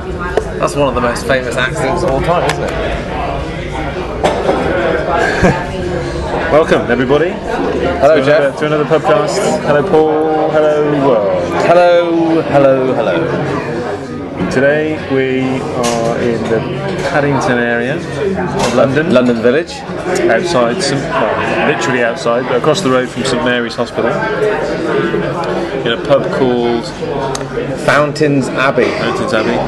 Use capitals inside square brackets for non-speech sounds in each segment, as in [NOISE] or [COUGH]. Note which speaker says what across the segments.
Speaker 1: That's one of the most famous accidents of all time, isn't it?
Speaker 2: Welcome, everybody.
Speaker 1: Hello,
Speaker 2: to Another,
Speaker 1: Jeff.
Speaker 2: to another podcast. Hello, Paul. Hello, world.
Speaker 1: Hello, hello, hello.
Speaker 2: Today we are in the Paddington area of London,
Speaker 1: London Village.
Speaker 2: outside, St. well, literally outside, but across the road from St Mary's Hospital, in a pub called
Speaker 1: Fountains Abbey.
Speaker 2: Mountains Abbey,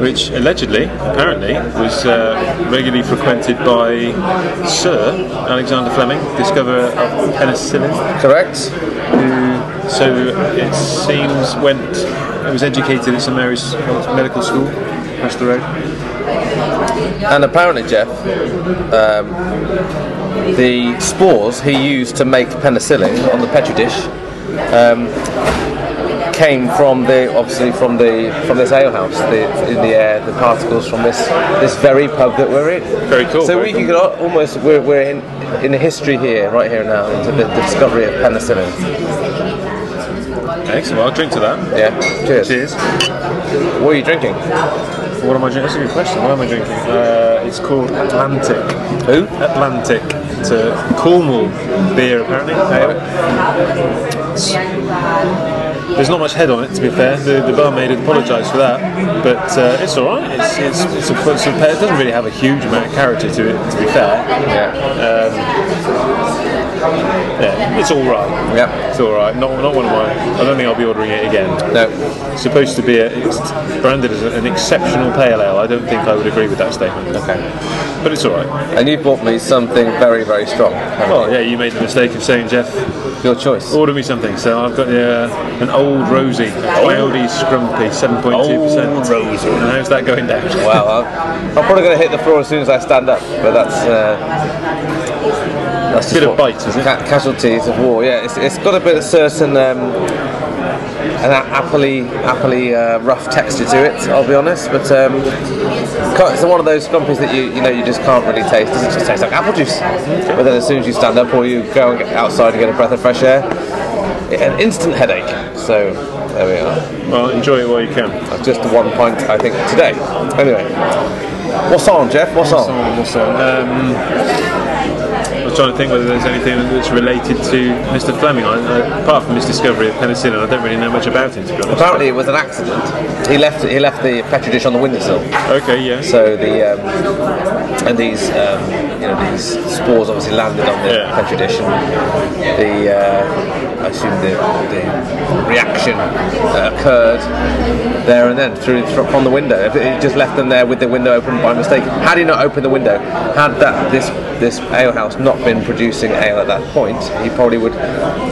Speaker 2: which allegedly, apparently, was uh, regularly frequented by Sir Alexander Fleming, discoverer of penicillin.
Speaker 1: Correct?
Speaker 2: who so it seems went it was educated at St Mary's Medical School across the road.
Speaker 1: And apparently, Jeff, um, the spores he used to make penicillin on the petri dish um, came from the obviously from the from this alehouse, the, in the air, the particles from this this very pub that we're in.
Speaker 2: Very cool,
Speaker 1: So
Speaker 2: very
Speaker 1: we could al- almost we're, we're in in history here, right here now, into the discovery of penicillin.
Speaker 2: Excellent. I'll drink to that.
Speaker 1: Yeah. Cheers.
Speaker 2: Cheers.
Speaker 1: What are you drinking?
Speaker 2: What am I drinking? That's a good question. What am I drinking? Uh, it's called Atlantic.
Speaker 1: Who?
Speaker 2: Atlantic. It's a Cornwall beer apparently. It's- There's not much head on it, to be fair. The, the barmaid apologised for that, but uh, it's all right. It's, it's, it's a, it's a, it doesn't really have a huge amount of character to it, to be fair.
Speaker 1: Yeah.
Speaker 2: Yeah, it's all right.
Speaker 1: Yeah.
Speaker 2: It's all right. Not not one of mine. I don't think I'll be ordering it again.
Speaker 1: No.
Speaker 2: It's supposed to be a, it's branded as an exceptional pale ale. I don't think I would agree with that statement.
Speaker 1: Okay.
Speaker 2: But it's all right.
Speaker 1: And you bought me something very very strong.
Speaker 2: Well, yeah, you made the mistake of saying, Jeff,
Speaker 1: Your choice.
Speaker 2: order me something. So I've got uh, an old rosy, a cloudy scrumpy, seven point two percent.
Speaker 1: Old
Speaker 2: rosy. And how's that going down?
Speaker 1: Well, I'm, I'm probably going to hit the floor as soon as I stand up, but that's uh, that's just
Speaker 2: Bit of
Speaker 1: what-
Speaker 2: bite, isn't it?
Speaker 1: ca- casualties of war. Yeah, it's, it's got a bit of certain um, an a- appley appley uh, rough texture to it. I'll be honest, but um, can't- it's one of those scrumpies that you you know you just can't really taste. It just tastes like apple juice.
Speaker 2: Mm-hmm.
Speaker 1: But then as soon as you stand up or you go and get outside and get a breath of fresh air, an instant headache. So there we are.
Speaker 2: Well, enjoy it while you can.
Speaker 1: Just the one pint, I think, today. Anyway, what's on, Jeff? What's on?
Speaker 2: Someone will say, Um, I was trying to think whether there's anything that's related to Mr. Fleming. I, I, apart from his discovery of penicillin, I don't really know much about him, to be honest.
Speaker 1: Apparently, it was an accident. He left. He left the petri dish on the windowsill.
Speaker 2: Okay, yeah.
Speaker 1: So the um, and these um, you know these spores obviously landed on the
Speaker 2: Yeah.
Speaker 1: petri dish. And the uh, I assume the, the reaction that occurred there and then through fr- from the window. If It just left them there with the window open by mistake. Had he not opened the window, had that this this alehouse not been producing ale at that point, he probably would.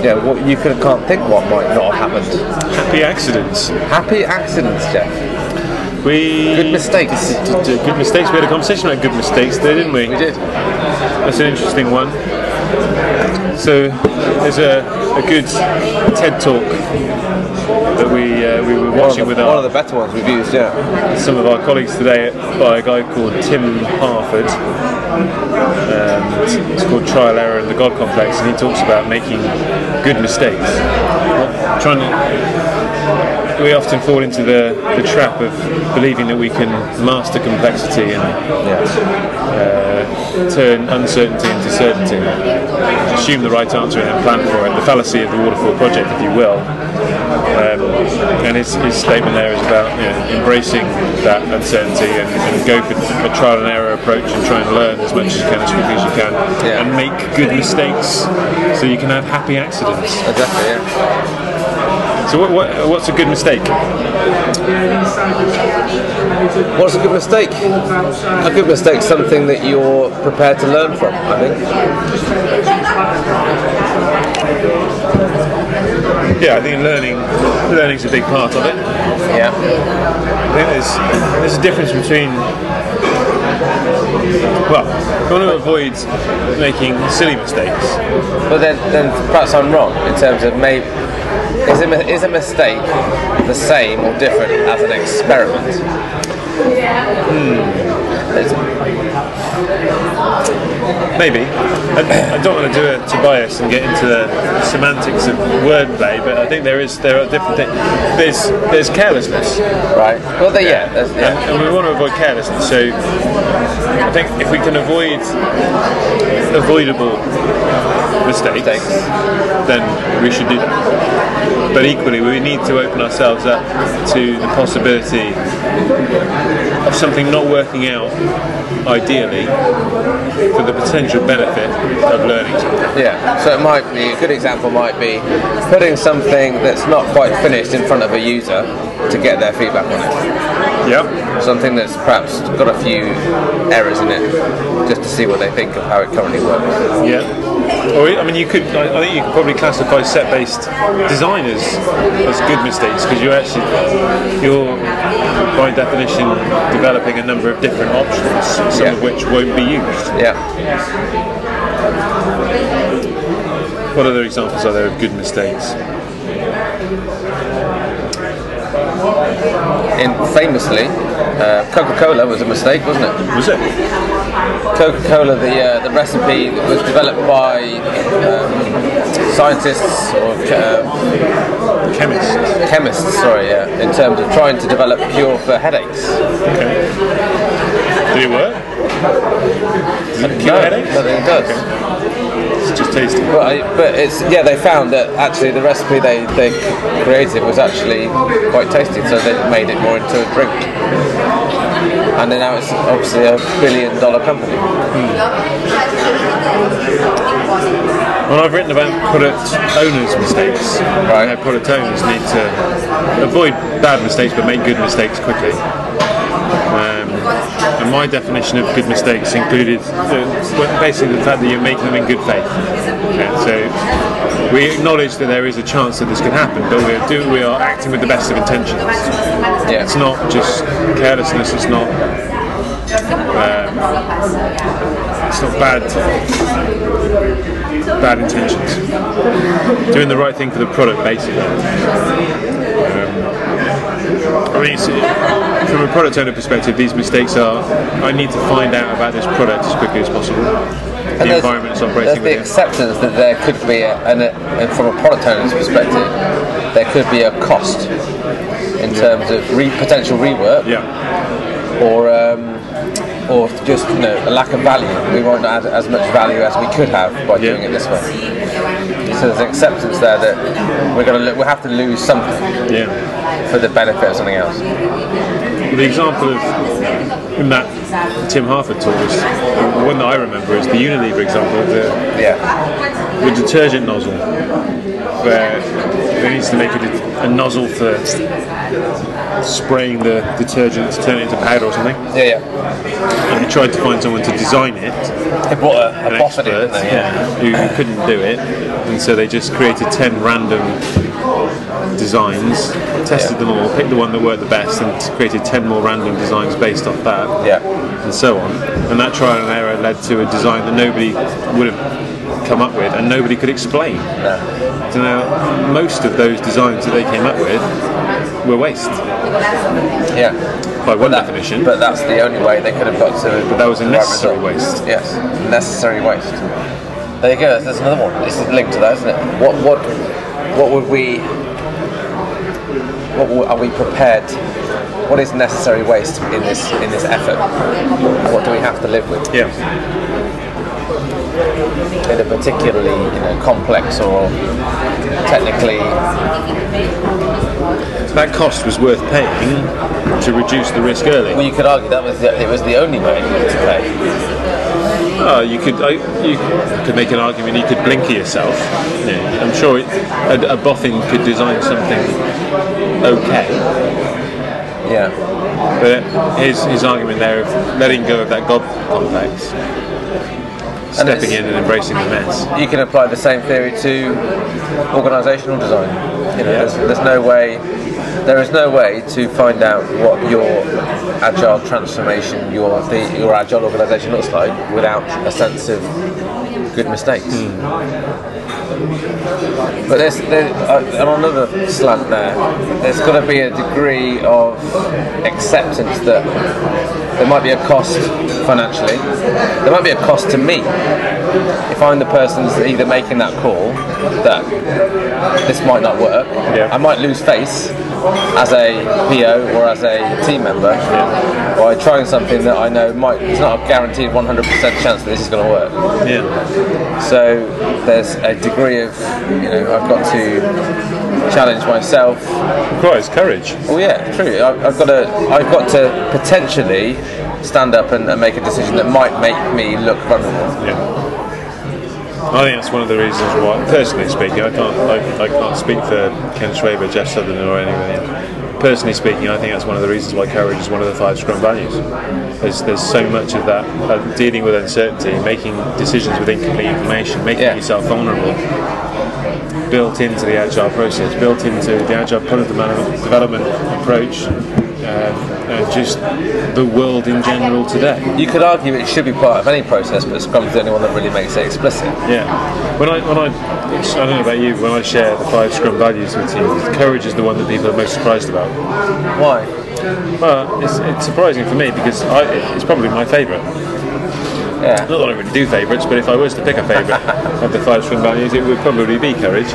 Speaker 1: You know, what, you can, can't think what might not have happened.
Speaker 2: Happy accidents.
Speaker 1: Happy accidents, Jeff.
Speaker 2: We
Speaker 1: Good mistakes.
Speaker 2: D- d- Good mistakes. We had a conversation about good mistakes there, didn't we?
Speaker 1: We did.
Speaker 2: That's an interesting one. So there's a, a good TED talk that we uh, we were
Speaker 1: One of,
Speaker 2: watching
Speaker 1: the,
Speaker 2: with
Speaker 1: one
Speaker 2: our
Speaker 1: of the better ones we've used, yeah.
Speaker 2: some of our colleagues today by a guy called Tim Harford. Um, it's called Trial, Error, and the God Complex, and he talks about making good mistakes. Not Trying to- we often fall into the, the trap of believing that we can master complexity and
Speaker 1: Yeah.
Speaker 2: uh, turn uncertainty into certainty. Assume the right answer and then plan for it. The fallacy of the waterfall project, if you will. Um, and his, his statement there is about you know, embracing that uncertainty and, and go for a trial and error approach and try and learn as much as you can, as quickly as you can,
Speaker 1: Yeah.
Speaker 2: and make good mistakes so you can have happy accidents.
Speaker 1: Exactly, yeah.
Speaker 2: So, what, what, what's a good mistake?
Speaker 1: What's a good mistake? A good mistake's something that you're prepared to learn from, I think.
Speaker 2: Yeah, I think learning learning's a big part of it.
Speaker 1: Yeah.
Speaker 2: I think there's, there's a difference between. Well, you want to avoid making silly mistakes.
Speaker 1: But then, then perhaps I'm wrong in terms of maybe. Is a, mi- is a mistake the same or different as an experiment? Hmm, It's-
Speaker 2: Maybe. I, I don't want to do a Tobias and get into the semantics of wordplay, but I think there is there are different things. There's there's carelessness,
Speaker 1: Right. Well, there, yeah. there's-
Speaker 2: and,
Speaker 1: yeah.
Speaker 2: and we want to avoid carelessness. So I think if we can avoid avoidable mistakes,
Speaker 1: Mistakes.
Speaker 2: then we should do that. But equally, we need to open ourselves up to the possibility of something not working out ideally for the potential benefit of learning something.
Speaker 1: Yeah, so it might be a good example might be putting something that's not quite finished in front of a user to get their feedback on
Speaker 2: Yep.
Speaker 1: it. Something that's perhaps got a few errors in it, just to see what they think of how it currently works.
Speaker 2: Yeah. Or, I mean, you could. I I think you could probably classify set-based design as, as good mistakes because you're actually you're by definition developing a number of different options, some
Speaker 1: Yeah.
Speaker 2: of which won't be used.
Speaker 1: Yeah.
Speaker 2: What other examples are there of good mistakes?
Speaker 1: And famously, uh, Coca-Cola was a mistake, wasn't it?
Speaker 2: Was it?
Speaker 1: Coca-Cola, the uh, the recipe that was developed by um, scientists or uh,
Speaker 2: Chemists.
Speaker 1: chemists, sorry, yeah, in terms of trying to develop cure for headaches.
Speaker 2: Okay. Did it work? Does it cure
Speaker 1: no,
Speaker 2: headaches?
Speaker 1: but it does.
Speaker 2: It's just tasty.
Speaker 1: But, I, but it's yeah they found that actually the recipe they, they created was actually quite tasty so they made it more into a drink and then now it's obviously a billion dollar company
Speaker 2: Hmm. Well, I've written about product owners' mistakes.
Speaker 1: Right.
Speaker 2: How product owners need to avoid bad mistakes but make good mistakes quickly. Um, and my definition of good mistakes included the, well, basically the fact that you're making them in good faith. Okay, so we acknowledge that there is a chance that this could happen, but we are, do, we are acting with the best of intentions.
Speaker 1: Yeah.
Speaker 2: It's not just carelessness. It's not. Um, it's not bad bad intentions. Doing the right thing for the product, basically. Um, I mean, it's, from a product owner perspective, these mistakes are I need to find out about this product as quickly as possible.
Speaker 1: And
Speaker 2: the
Speaker 1: there's-
Speaker 2: environment it's
Speaker 1: there's
Speaker 2: operating
Speaker 1: the
Speaker 2: within.
Speaker 1: acceptance that there could be a, and, a, and from a product owner's perspective there could be a cost in terms of re, potential rework
Speaker 2: Yeah,
Speaker 1: or um, or just you know a lack of value. We won't add as much value as we could have by
Speaker 2: Yeah.
Speaker 1: doing it this way. So there's acceptance there that we're gonna lo- we have to lose something
Speaker 2: yeah.
Speaker 1: for the benefit of something else.
Speaker 2: The example of in that Tim Harford taught us, the one that I remember is the Unilever example of the
Speaker 1: Yeah,
Speaker 2: the detergent nozzle where they needs to make a, det- a nozzle for spraying the detergent to turn it into powder or something
Speaker 1: yeah, yeah.
Speaker 2: and we tried to find someone to design it
Speaker 1: They bought a,
Speaker 2: an
Speaker 1: a profit in, didn't
Speaker 2: expert
Speaker 1: they? Yeah.
Speaker 2: yeah, who couldn't do it and so they just created 10 random designs tested
Speaker 1: Yeah.
Speaker 2: them all picked the one that worked the best and created 10 more random designs based off that
Speaker 1: yeah.
Speaker 2: and so on. And that trial and error led to a design that nobody would have come up with and nobody could explain. So now, most of those designs that they came up with were waste
Speaker 1: Yeah,
Speaker 2: by one definition, but
Speaker 1: but that's the only way they could have got to.
Speaker 2: that was a
Speaker 1: the right
Speaker 2: necessary
Speaker 1: result.
Speaker 2: waste.
Speaker 1: Yes, necessary waste. There you go. There's another one. This is linked to that, isn't it? What what what would we? What would, are we prepared? What is necessary waste in this in this effort? What do we have to live with
Speaker 2: Yeah,
Speaker 1: in a particularly you know, complex or technically?
Speaker 2: that cost was worth paying to reduce the risk
Speaker 1: Well,
Speaker 2: early.
Speaker 1: you could argue that was the, it was the only way to pay.
Speaker 2: Oh, you could I, you could make an argument. You could blinker yourself. Yeah, I'm sure it, a, a boffin could design something okay,
Speaker 1: Yeah,
Speaker 2: But his, his argument there of letting go of that God complex, stepping
Speaker 1: it's-
Speaker 2: in and embracing the mess.
Speaker 1: you can apply the same theory to organisational design. You know, there's, there's no way. There is no way to find out what your agile transformation, your the, your agile organisation looks like without a sense of good mistakes. Hmm. But there's there, uh, on another slant there. There's got to be a degree of acceptance that there might be a cost financially. There might be a cost to me if I'm the person that's either making that call that this might not work.
Speaker 2: Yeah.
Speaker 1: I might lose face as a PO or as a team member by trying something that I know might it's not a guaranteed 100% chance that this is going to work.
Speaker 2: Yeah.
Speaker 1: So there's a degree of, you know, I've got to challenge myself.
Speaker 2: Requires courage.
Speaker 1: Well, yeah, true. I, I've got to, I've got to potentially stand up and, and make a decision that might make me look vulnerable.
Speaker 2: Yeah. I think that's one of the reasons why, personally speaking, I can't I, I can't speak for Ken Schwaber, Jeff Sutherland, or anyone. Personally speaking, I think that's one of the reasons why courage is one of the five Scrum values. There's, there's so much of that uh, dealing with uncertainty, making decisions with incomplete information, making
Speaker 1: Yeah.
Speaker 2: yourself vulnerable, built into the agile process, built into the agile product development development approach, uh, and just the world in general today.
Speaker 1: You could argue it should be part of any process, but Scrum's the only one that really makes it explicit.
Speaker 2: Yeah. When I, when I, I don't know about you, when I share the five Scrum values with teams, courage is the one that people are most surprised about.
Speaker 1: Why?
Speaker 2: Well, it's, it's surprising for me because I, it's probably my favourite.
Speaker 1: Yeah.
Speaker 2: Not that I really do favourites, but if I was to pick a favourite of the five Scrum values, it would probably be courage.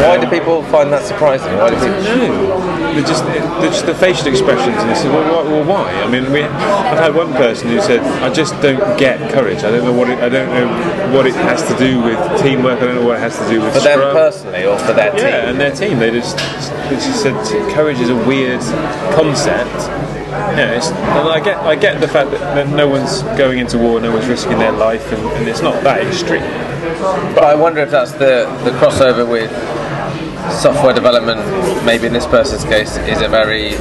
Speaker 1: Why do people find that surprising? Why do people?
Speaker 2: No, they're just, they're just the facial expressions. And they said, well, why, well, why? I mean, we, I've had one person who said, I just don't get courage. I don't know what it, I don't know what it has to do with teamwork. I don't know what it has to do with
Speaker 1: For them
Speaker 2: Scrum."
Speaker 1: personally or for their team?
Speaker 2: Yeah, and their team. They just, they just said courage is a weird concept. Yeah, it's, and I get, I get the fact that, that no one's going into war, no one's risking their life, and, and it's not that extreme.
Speaker 1: But I wonder if that's the, the crossover with software development, maybe in this person's case, is a very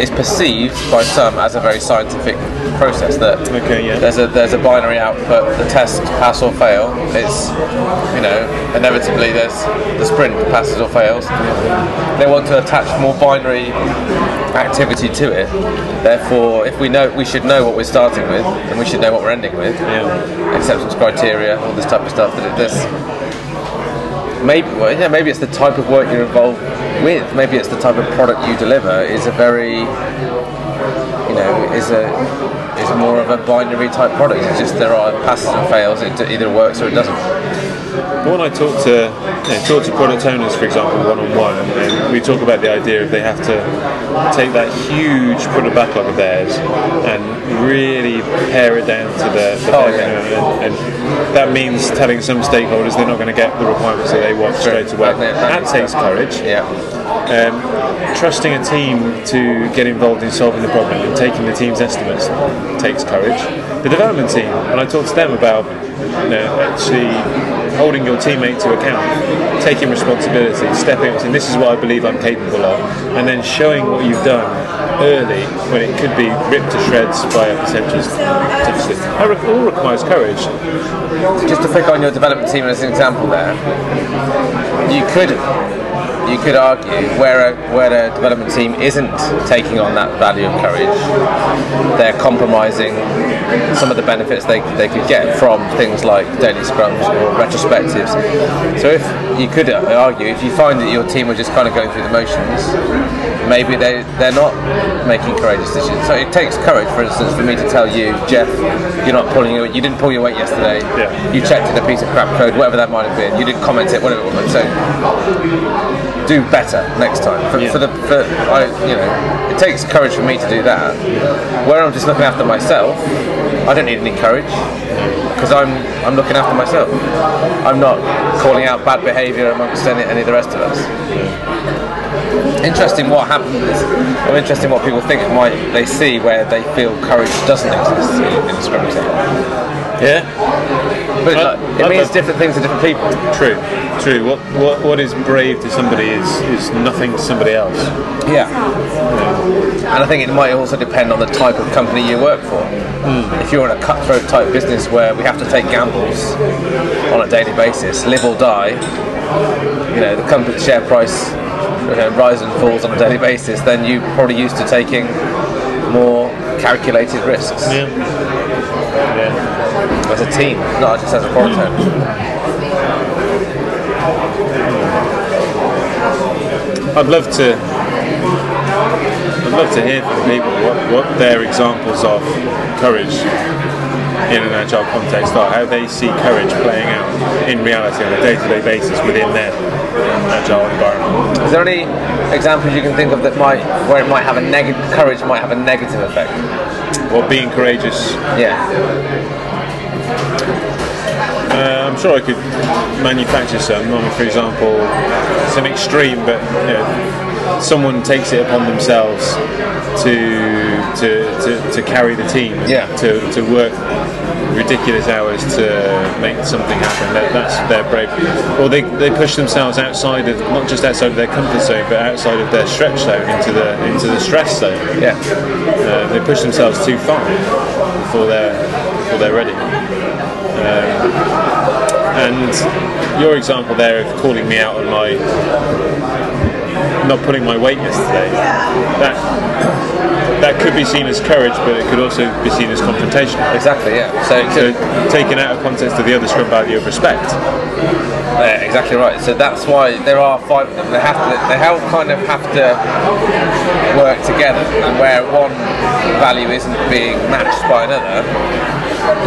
Speaker 1: is perceived by some as a very scientific process that
Speaker 2: Okay, yeah.
Speaker 1: there's a there's a binary output, the test pass or fail. It's you know, inevitably there's the sprint passes or fails. They want to attach more binary activity to it. Therefore if we know we should know what we're starting with and we should know what we're ending with
Speaker 2: Yeah.
Speaker 1: acceptance criteria, all this type of stuff. That it, there's maybe well, yeah, maybe it's the type of work you're involved with. Maybe it's the type of product you deliver is a very you know is a is more of a binary type product. It's just there are passes and fails. It d- either works or it doesn't.
Speaker 2: But When I talk to you know, talk to product owners, for example, one on one, and we talk about the idea of they have to take that huge product backlog of theirs and really pare it down to the, the
Speaker 1: Oh,
Speaker 2: bare
Speaker 1: yeah.
Speaker 2: minimum, and, and that means telling some stakeholders they're not going to get the requirements that they want straight away.
Speaker 1: That- that-
Speaker 2: That takes courage
Speaker 1: Yeah,
Speaker 2: um, trusting a team to get involved in solving the problem and taking the team's estimates takes courage. The development team, and I talked to them about you know, actually holding your teammate to account, taking responsibility, stepping up and saying, this is what I believe I'm capable of, and then showing what you've done early when it could be ripped to shreds by a potential. potentially- That re- all requires courage.
Speaker 1: just to pick on your development team as an example there, you could. You could argue where a, where a development team isn't taking on that value of courage, they're compromising some of the benefits they, they could get from things like daily scrums or retrospectives. So if you could argue, if you find that your team are just kind of going through the motions, maybe they, they're not making courageous decisions. So it takes courage, for instance, for me to tell you, Jeff, you're not pulling your, you didn't pull your weight yesterday.
Speaker 2: Yeah.
Speaker 1: You checked in a piece of crap code, whatever that might have been. You didn't comment it, whatever it was. So do better next time. For,
Speaker 2: Yeah.
Speaker 1: for the, for, I, you know, it takes courage for me to do that. Where I'm just looking after myself, I don't need any courage because I'm I'm looking after myself. I'm not calling out bad behaviour amongst any, any of the rest of us. Interesting what happens. I'm interested in what people think and why they see where they feel courage doesn't exist in, in the scrum team.
Speaker 2: Yeah,
Speaker 1: But
Speaker 2: I-
Speaker 1: like, it
Speaker 2: I
Speaker 1: means
Speaker 2: don't-
Speaker 1: different things to different people.
Speaker 2: True, true. What, what what is brave to somebody is is nothing to somebody else.
Speaker 1: Yeah. And I think it might also depend on the type of company you work for. If you're in a cutthroat type business where we have to take gambles on a daily basis, live or die, you know, the company share price you know, rises and falls on a daily basis, then you're probably used to taking more calculated risks
Speaker 2: Yeah. Yeah.
Speaker 1: as a team, not just as a product owner.
Speaker 2: I'd love to. I'd love to hear from people what, what their examples of courage in an agile context are, how they see courage playing out in reality on a day-to-day basis within their agile environment.
Speaker 1: Is there any examples you can think of that might where it might have a negative courage might have a negative effect?
Speaker 2: Or being courageous
Speaker 1: Yeah.
Speaker 2: Uh, I'm sure I could manufacture some. I mean, for example, it's an extreme, but you know, someone takes it upon themselves to to, to, to carry the team,
Speaker 1: Yeah.
Speaker 2: to, to work ridiculous hours to make something happen. That, that's their bravery. Or they, they push themselves outside of not just outside of their comfort zone, but outside of their stretch zone into the into the stress zone.
Speaker 1: Yeah.
Speaker 2: Uh, they push themselves too far before they're before they're ready. Um, and your example there of calling me out on my not putting my weight yesterday, that that could be seen as courage, but it could also be seen as confrontation.
Speaker 1: Exactly. Yeah. So, it
Speaker 2: So
Speaker 1: could-
Speaker 2: taken out of context of the other scrum value of respect.
Speaker 1: yeah, exactly right. So that's why there are five. They have to. They have kind of have to work together. And where one value isn't being matched by another,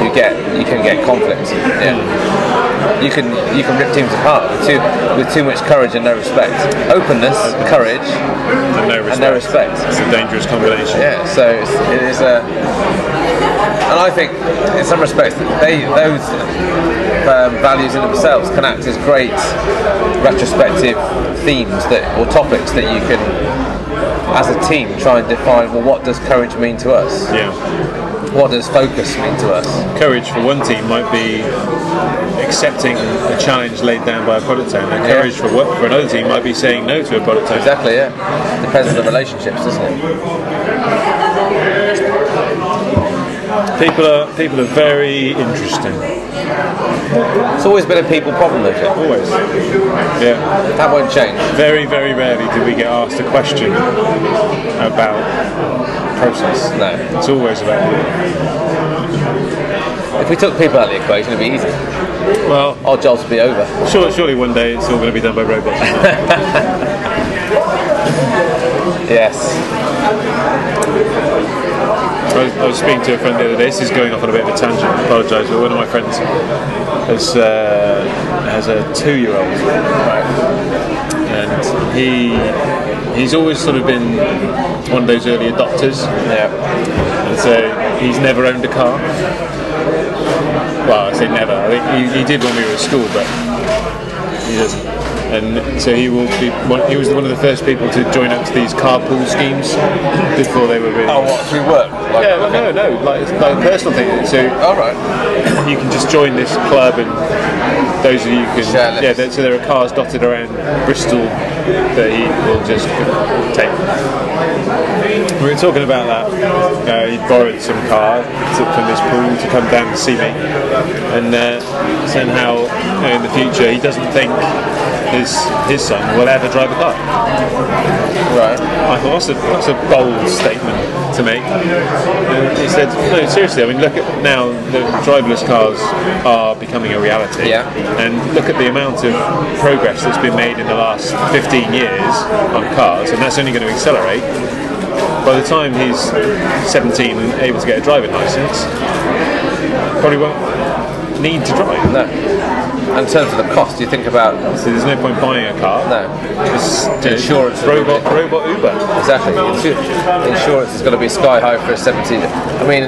Speaker 1: you get you can get conflict. Yeah. You can you can rip teams apart with too with too much courage and no respect. Openness, courage,
Speaker 2: And no respect.
Speaker 1: and no respect.
Speaker 2: It's a dangerous combination.
Speaker 1: Yeah, so it's, it is a, and I think in some respects they those um, values in themselves can act as great retrospective themes that or topics that you can, as a team, try and define. Well, what does courage mean to us?
Speaker 2: yeah.
Speaker 1: What does focus mean to us?
Speaker 2: courage for one team might be accepting a challenge laid down by a product owner.
Speaker 1: Yeah.
Speaker 2: Courage for what, for another team might be saying no to a product owner.
Speaker 1: Exactly. Yeah, depends on the relationships, doesn't it?
Speaker 2: People are people are very interesting.
Speaker 1: It's always been a people problem, is it?
Speaker 2: Always. Yeah.
Speaker 1: That won't change.
Speaker 2: Very very rarely do we get asked a question about process.
Speaker 1: No.
Speaker 2: It's always about
Speaker 1: If we took people out of the equation, it'd be easy.
Speaker 2: well.
Speaker 1: Our jobs would be over.
Speaker 2: Sure, surely one day it's all going to be done by robots.
Speaker 1: Yes.
Speaker 2: I was, I was speaking to a friend the other day. This is going off on a bit of a tangent. I apologise, but one of my friends has uh, has a two-year-old, and he he's always sort of been one of those early adopters.
Speaker 1: Yeah.
Speaker 2: And so he's never owned a car. Well, I say never. I think he, he did when we were at school, but he doesn't. And so he will be. One, he was one of the first people to join up to these carpool schemes before they were really.
Speaker 1: Oh, what through work? Like,
Speaker 2: Yeah, well, no, no, like, it's like a personal thing. So
Speaker 1: All right.
Speaker 2: you can just join this club, and those of you can.
Speaker 1: Share lifts.
Speaker 2: Yeah, there- so there are cars dotted around Bristol that he will just take. We were talking about that. Uh, he borrowed some car to, from this pool to come down and see me, and uh, saying how you know, in the future he doesn't think his his son will ever drive a car.
Speaker 1: Right.
Speaker 2: I thought Oh, that's a, that's a bold statement to make. And he said, no, seriously, I mean, look at now the driverless cars are becoming a reality.
Speaker 1: Yeah.
Speaker 2: And look at the amount of progress that's been made in the last 15 years on cars, and that's only going to accelerate. By the time he's 17 and able to get a driving license, probably won't need to drive.
Speaker 1: No. And in terms of the cost, you think about
Speaker 2: So there's no point buying a car.
Speaker 1: No.
Speaker 2: It's
Speaker 1: Insurance.
Speaker 2: Robot, robot Uber.
Speaker 1: exactly insu- insurance is going to be sky high for a 17. I mean,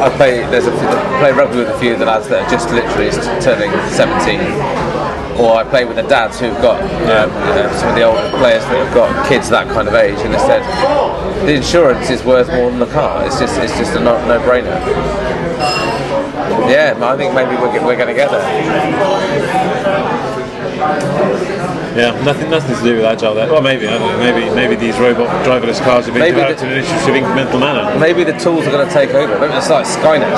Speaker 1: I play there's a I play rugby with a few of the lads that are just literally just turning 17, or I play with the dads who've got um, you know, some of the older players that have got kids that kind of age, and they said the insurance is worth more than the car. It's just it's just a no brainer. Yeah, I think maybe we're, g- we're going to get there.
Speaker 2: Yeah, nothing, nothing to do with agile. There. Well, maybe I don't know. Maybe, maybe these robot driverless cars have been
Speaker 1: Maybe
Speaker 2: developed
Speaker 1: the-
Speaker 2: in an interesting incremental manner.
Speaker 1: Maybe the tools are going to take over. Maybe it's like Skynet.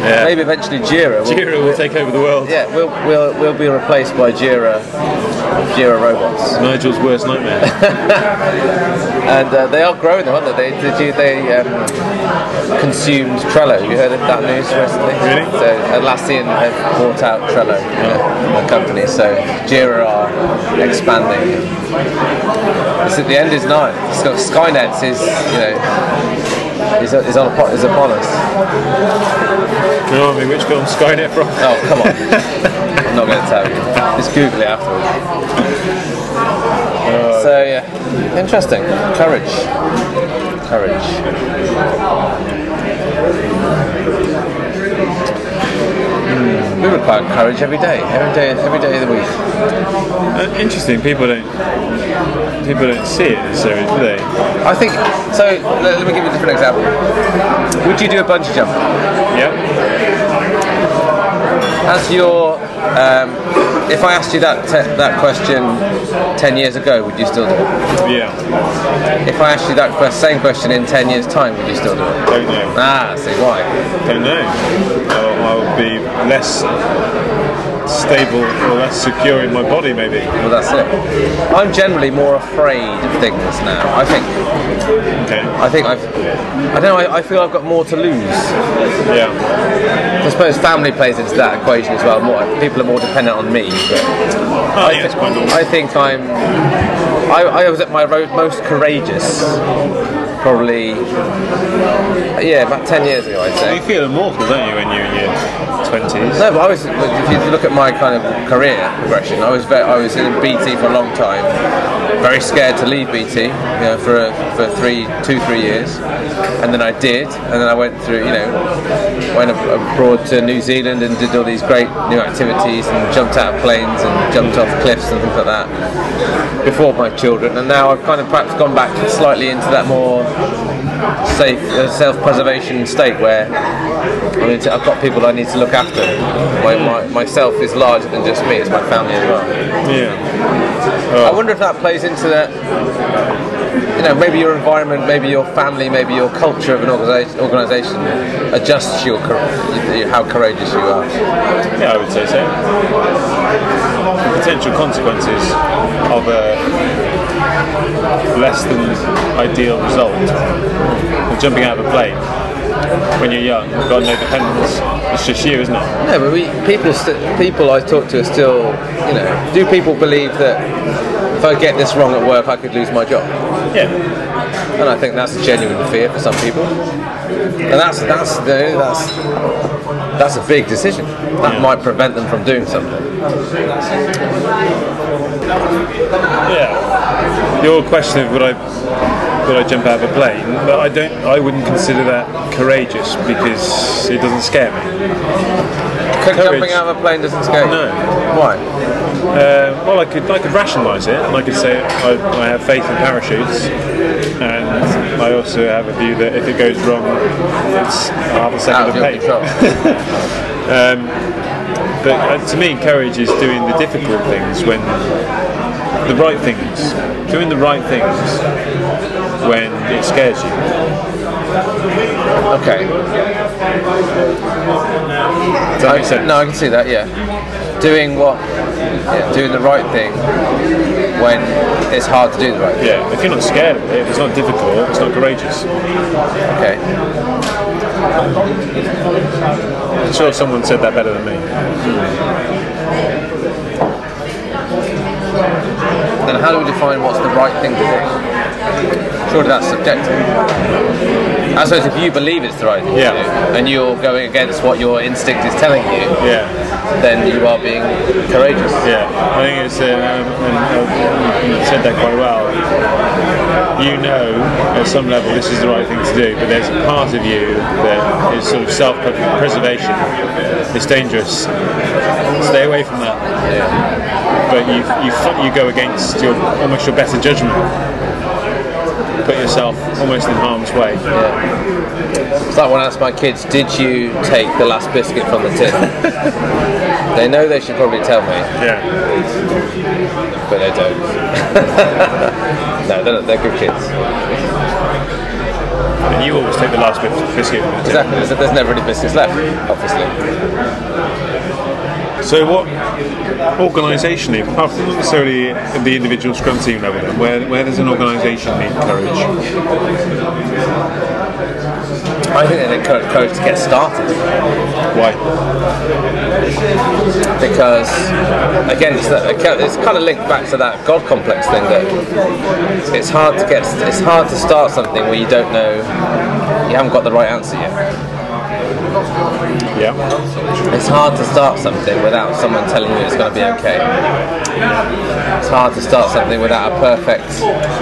Speaker 2: Yeah.
Speaker 1: Maybe eventually Jira. Will,
Speaker 2: Jira will take over the world.
Speaker 1: Yeah, we'll, we'll, we'll be replaced by Jira Jira robots.
Speaker 2: Nigel's
Speaker 1: [LAUGHS]
Speaker 2: worst nightmare.
Speaker 1: And uh, they are growing, though, aren't they? They, did you, they um, consumed Trello. Have you heard of that news recently?
Speaker 2: Really?
Speaker 1: So Atlassian have bought out Trello, uh, the company. So Jira are expanding. It's at the end is nigh. It's got Skynet's is you know is, is on upon, is upon us.
Speaker 2: Remind me which film Skynet from?
Speaker 1: Oh come on! I'm not going to tell you. Just Google it afterwards. So yeah, interesting. Courage. Courage. Hmm. We require courage every day, every day, every day of the week.
Speaker 2: Uh, interesting. People don't people don't see it necessarily, do they?
Speaker 1: I think so. Let, let me give you a different example. Would you do a bungee jump?
Speaker 2: Yeah.
Speaker 1: As your, um, if I asked you that te- that question ten years ago, would you still do it?
Speaker 2: Yeah.
Speaker 1: If I asked you that quest- same question in ten years' time, would you still do it?
Speaker 2: Don't know.
Speaker 1: Ah, I see why.
Speaker 2: Don't know. I'll, I'll be less stable or less secure in my body, maybe.
Speaker 1: Well, that's it. I'm generally more afraid of things now. I think.
Speaker 2: Okay.
Speaker 1: I think I've. I don't know. I, I feel I've got more to lose.
Speaker 2: Yeah.
Speaker 1: I suppose family plays into that equation as well. More, people are more dependent on me. But
Speaker 2: Oh, yeah, it's quite normal.
Speaker 1: I think I'm. I, I was at my ro- most courageous, probably. Yeah, about ten years ago, I'd
Speaker 2: You
Speaker 1: say.
Speaker 2: feel immortal, don't you, when you're in your twenties?
Speaker 1: No, but I was. If you look at my kind of career progression, I was very, I was in BT for a long time. Very scared to leave BT, you know, for a, for three, two, three years, and then I did, and then I went through, you know, went ab- abroad to New Zealand and did all these great new activities and jumped out of planes and jumped off cliffs and things like that before my children, and now I've kind of perhaps gone back slightly into that more safe uh, self-preservation state where I need to, I've got people I need to look after. My, my, myself is larger than just me; it's my family as well.
Speaker 2: Yeah.
Speaker 1: I wonder if that plays into that. You know, maybe your environment, maybe your family, maybe your culture of an organization, organization adjusts your cour- you- how courageous you are.
Speaker 2: Yeah, I would say so. The potential consequences of a less than ideal result of jumping out of a plane when you're young, you've got no dependence. It's just you, isn't it?
Speaker 1: No, but we people st- people I talk to are still you know. Do people believe that if I get this wrong at work, I could lose my job?
Speaker 2: Yeah.
Speaker 1: And I think that's a genuine fear for some people. And that's that's you know, that's that's a big decision. That
Speaker 2: Yeah.
Speaker 1: might prevent them from doing something.
Speaker 2: Yeah. The old question of would I would I jump out of a plane? But I don't I wouldn't consider that courageous because it doesn't scare me.
Speaker 1: Could Jumping out of a plane doesn't scare you.
Speaker 2: No.
Speaker 1: Why?
Speaker 2: Uh, well, I could I could rationalise it, and I could say I, I have faith in parachutes, and I also have a view that if it goes wrong, it's half a
Speaker 1: Out
Speaker 2: second
Speaker 1: of
Speaker 2: of
Speaker 1: your
Speaker 2: pain. [LAUGHS]
Speaker 1: control.
Speaker 2: But uh, to me, courage is doing the difficult things when the right things, doing the right things when it scares you.
Speaker 1: okay.
Speaker 2: Does that make
Speaker 1: I-
Speaker 2: sense?
Speaker 1: No, I can see that. Yeah. Doing what? Yeah, doing the right thing when it's hard to do the right thing.
Speaker 2: Yeah, if you're not scared of it, if it's not difficult, it's not courageous.
Speaker 1: Okay.
Speaker 2: I'm sure someone said that better than me.
Speaker 1: Then how do we define what's the right thing to do? Surely that's subjective. I suppose if you believe it's the right thing
Speaker 2: Yeah.
Speaker 1: to do, and you're going against what your instinct is telling you,
Speaker 2: Yeah.
Speaker 1: then you are being courageous.
Speaker 2: Yeah, I think it's uh, um, and, uh, you said that quite well. You know, at some level, this is the right thing to do, but there's a part of you that is sort of self-preservation. It's dangerous. Stay away from that. But you you fi- you go against your almost your better judgment. Put yourself almost in harm's way.
Speaker 1: It's like when I ask my kids, "Did you take the last biscuit from the tin?"
Speaker 2: [LAUGHS]
Speaker 1: they know they should probably tell me,
Speaker 2: Yeah.
Speaker 1: but they don't. [LAUGHS] no, they're, not- they're good kids.
Speaker 2: And you always take the last bit biscuit.
Speaker 1: Exactly. There's, there's never any biscuits left, obviously.
Speaker 2: So what organisationally, apart from not necessarily at the individual scrum team level, then, where, where does an organisation need courage?
Speaker 1: I think they need cour- courage to get started
Speaker 2: Why?
Speaker 1: because, again, it's, that, it's kind of linked back to that God complex thing that it's hard to get, it's hard to start something where you don't know, you haven't got the right answer yet.
Speaker 2: Yeah.
Speaker 1: It's hard to start something without someone telling you it's going to be okay. It's hard to start something without a perfect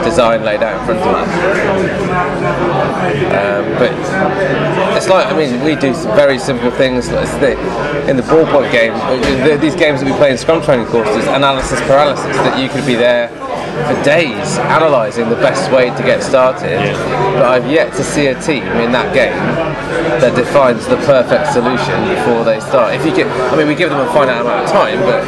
Speaker 1: design laid out in front of you. Um, but it's like, I mean, we do some very simple things. Like it's the, in the ball point game, uh, the, these games that we play in scrum training courses, analysis paralysis, that you could be there for days analysing the best way to get started. But I've yet to see a team in that game that defines the perfect solution before they start. If you get, I mean, we give them a finite amount of time, but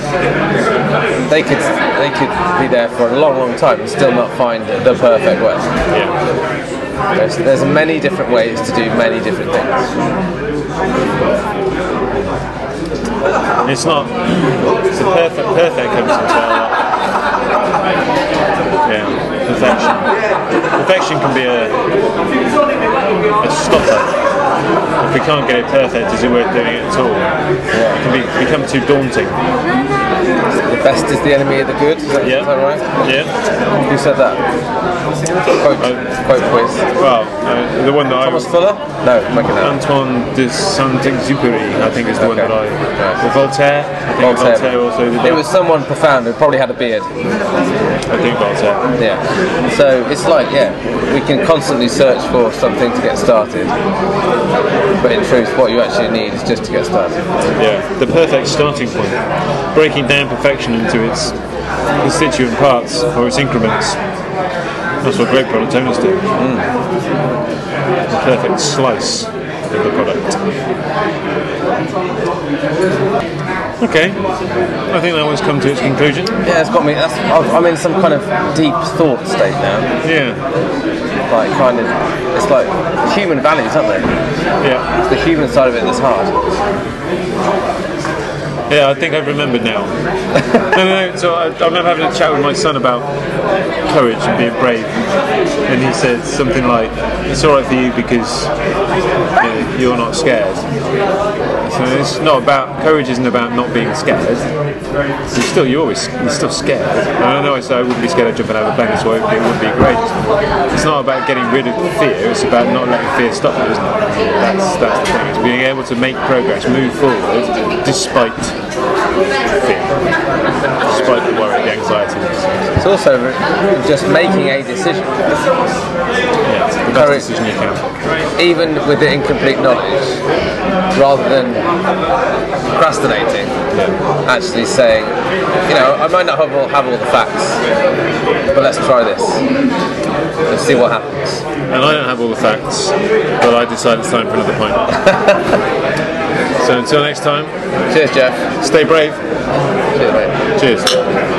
Speaker 1: they could they could be there for a long, long time and still not find the perfect way.
Speaker 2: Yeah.
Speaker 1: There's, there's many different ways to do many different things.
Speaker 2: It's not. It's a perfect. Perfect comes into our life. Yeah. Perfection. Perfection can be a, a stopper. If we can't get it perfect, is it worth doing it at all? It can be, become too daunting.
Speaker 1: The best is the enemy of the good. Is that, is
Speaker 2: Yeah.
Speaker 1: that right?
Speaker 2: Yeah.
Speaker 1: Who said that? Quote,
Speaker 2: Oh.
Speaker 1: quote quiz.
Speaker 2: Well, uh, the one that I
Speaker 1: Thomas
Speaker 2: was.
Speaker 1: Fuller? No, make it up.
Speaker 2: Um, Antoine de Saint-Exupéry, I think, is the one
Speaker 1: Okay.
Speaker 2: that I. Or Voltaire. I think Voltaire,
Speaker 1: Voltaire.
Speaker 2: also did that.
Speaker 1: It was someone profound who probably had a beard.
Speaker 2: I think Voltaire.
Speaker 1: Yeah. So it's like, yeah, we can constantly search for something to get started. But in truth, what you actually need is just to get started.
Speaker 2: Yeah, the perfect starting point. Breaking down perfection into its constituent parts or its increments. That's what great product owners do.
Speaker 1: Hmm.
Speaker 2: The perfect slice of the product. Okay, I think that one's come to its conclusion.
Speaker 1: Yeah, it's got me. That's, I'm I'm in some kind of deep thought state now.
Speaker 2: Yeah,
Speaker 1: Like, kind of, it's like human values, aren't they?
Speaker 2: yeah,
Speaker 1: It's the human side of it that's hard.
Speaker 2: yeah. I think I've remembered now. no, no, no. So I, I remember having a chat with my son about courage and being brave, and he said something like, "It's all right for you because you know, you're not scared." So it's not about courage. Isn't about not being scared. So you're still, you're always you're still scared. And I know I said I wouldn't be scared of jumping out of a plane, so it would be, it would be great. It's not about getting rid of fear. It's about not letting fear stop you, isn't it? That's that's the thing. It's being able to make progress, move forward despite fear, despite the worry, the anxiety.
Speaker 1: It's also just making a decision,
Speaker 2: Yeah, it's the best
Speaker 1: Courage.
Speaker 2: decision you can.
Speaker 1: even with the incomplete knowledge, rather than procrastinating. Actually saying, you know, I might not have all, have all the facts, but let's try this and see what happens.
Speaker 2: And I don't have all the facts, but I decide it's time for another pint. [LAUGHS] so until next time,
Speaker 1: Cheers, Jeff.
Speaker 2: stay brave.
Speaker 1: Cheers, mate.
Speaker 2: Cheers.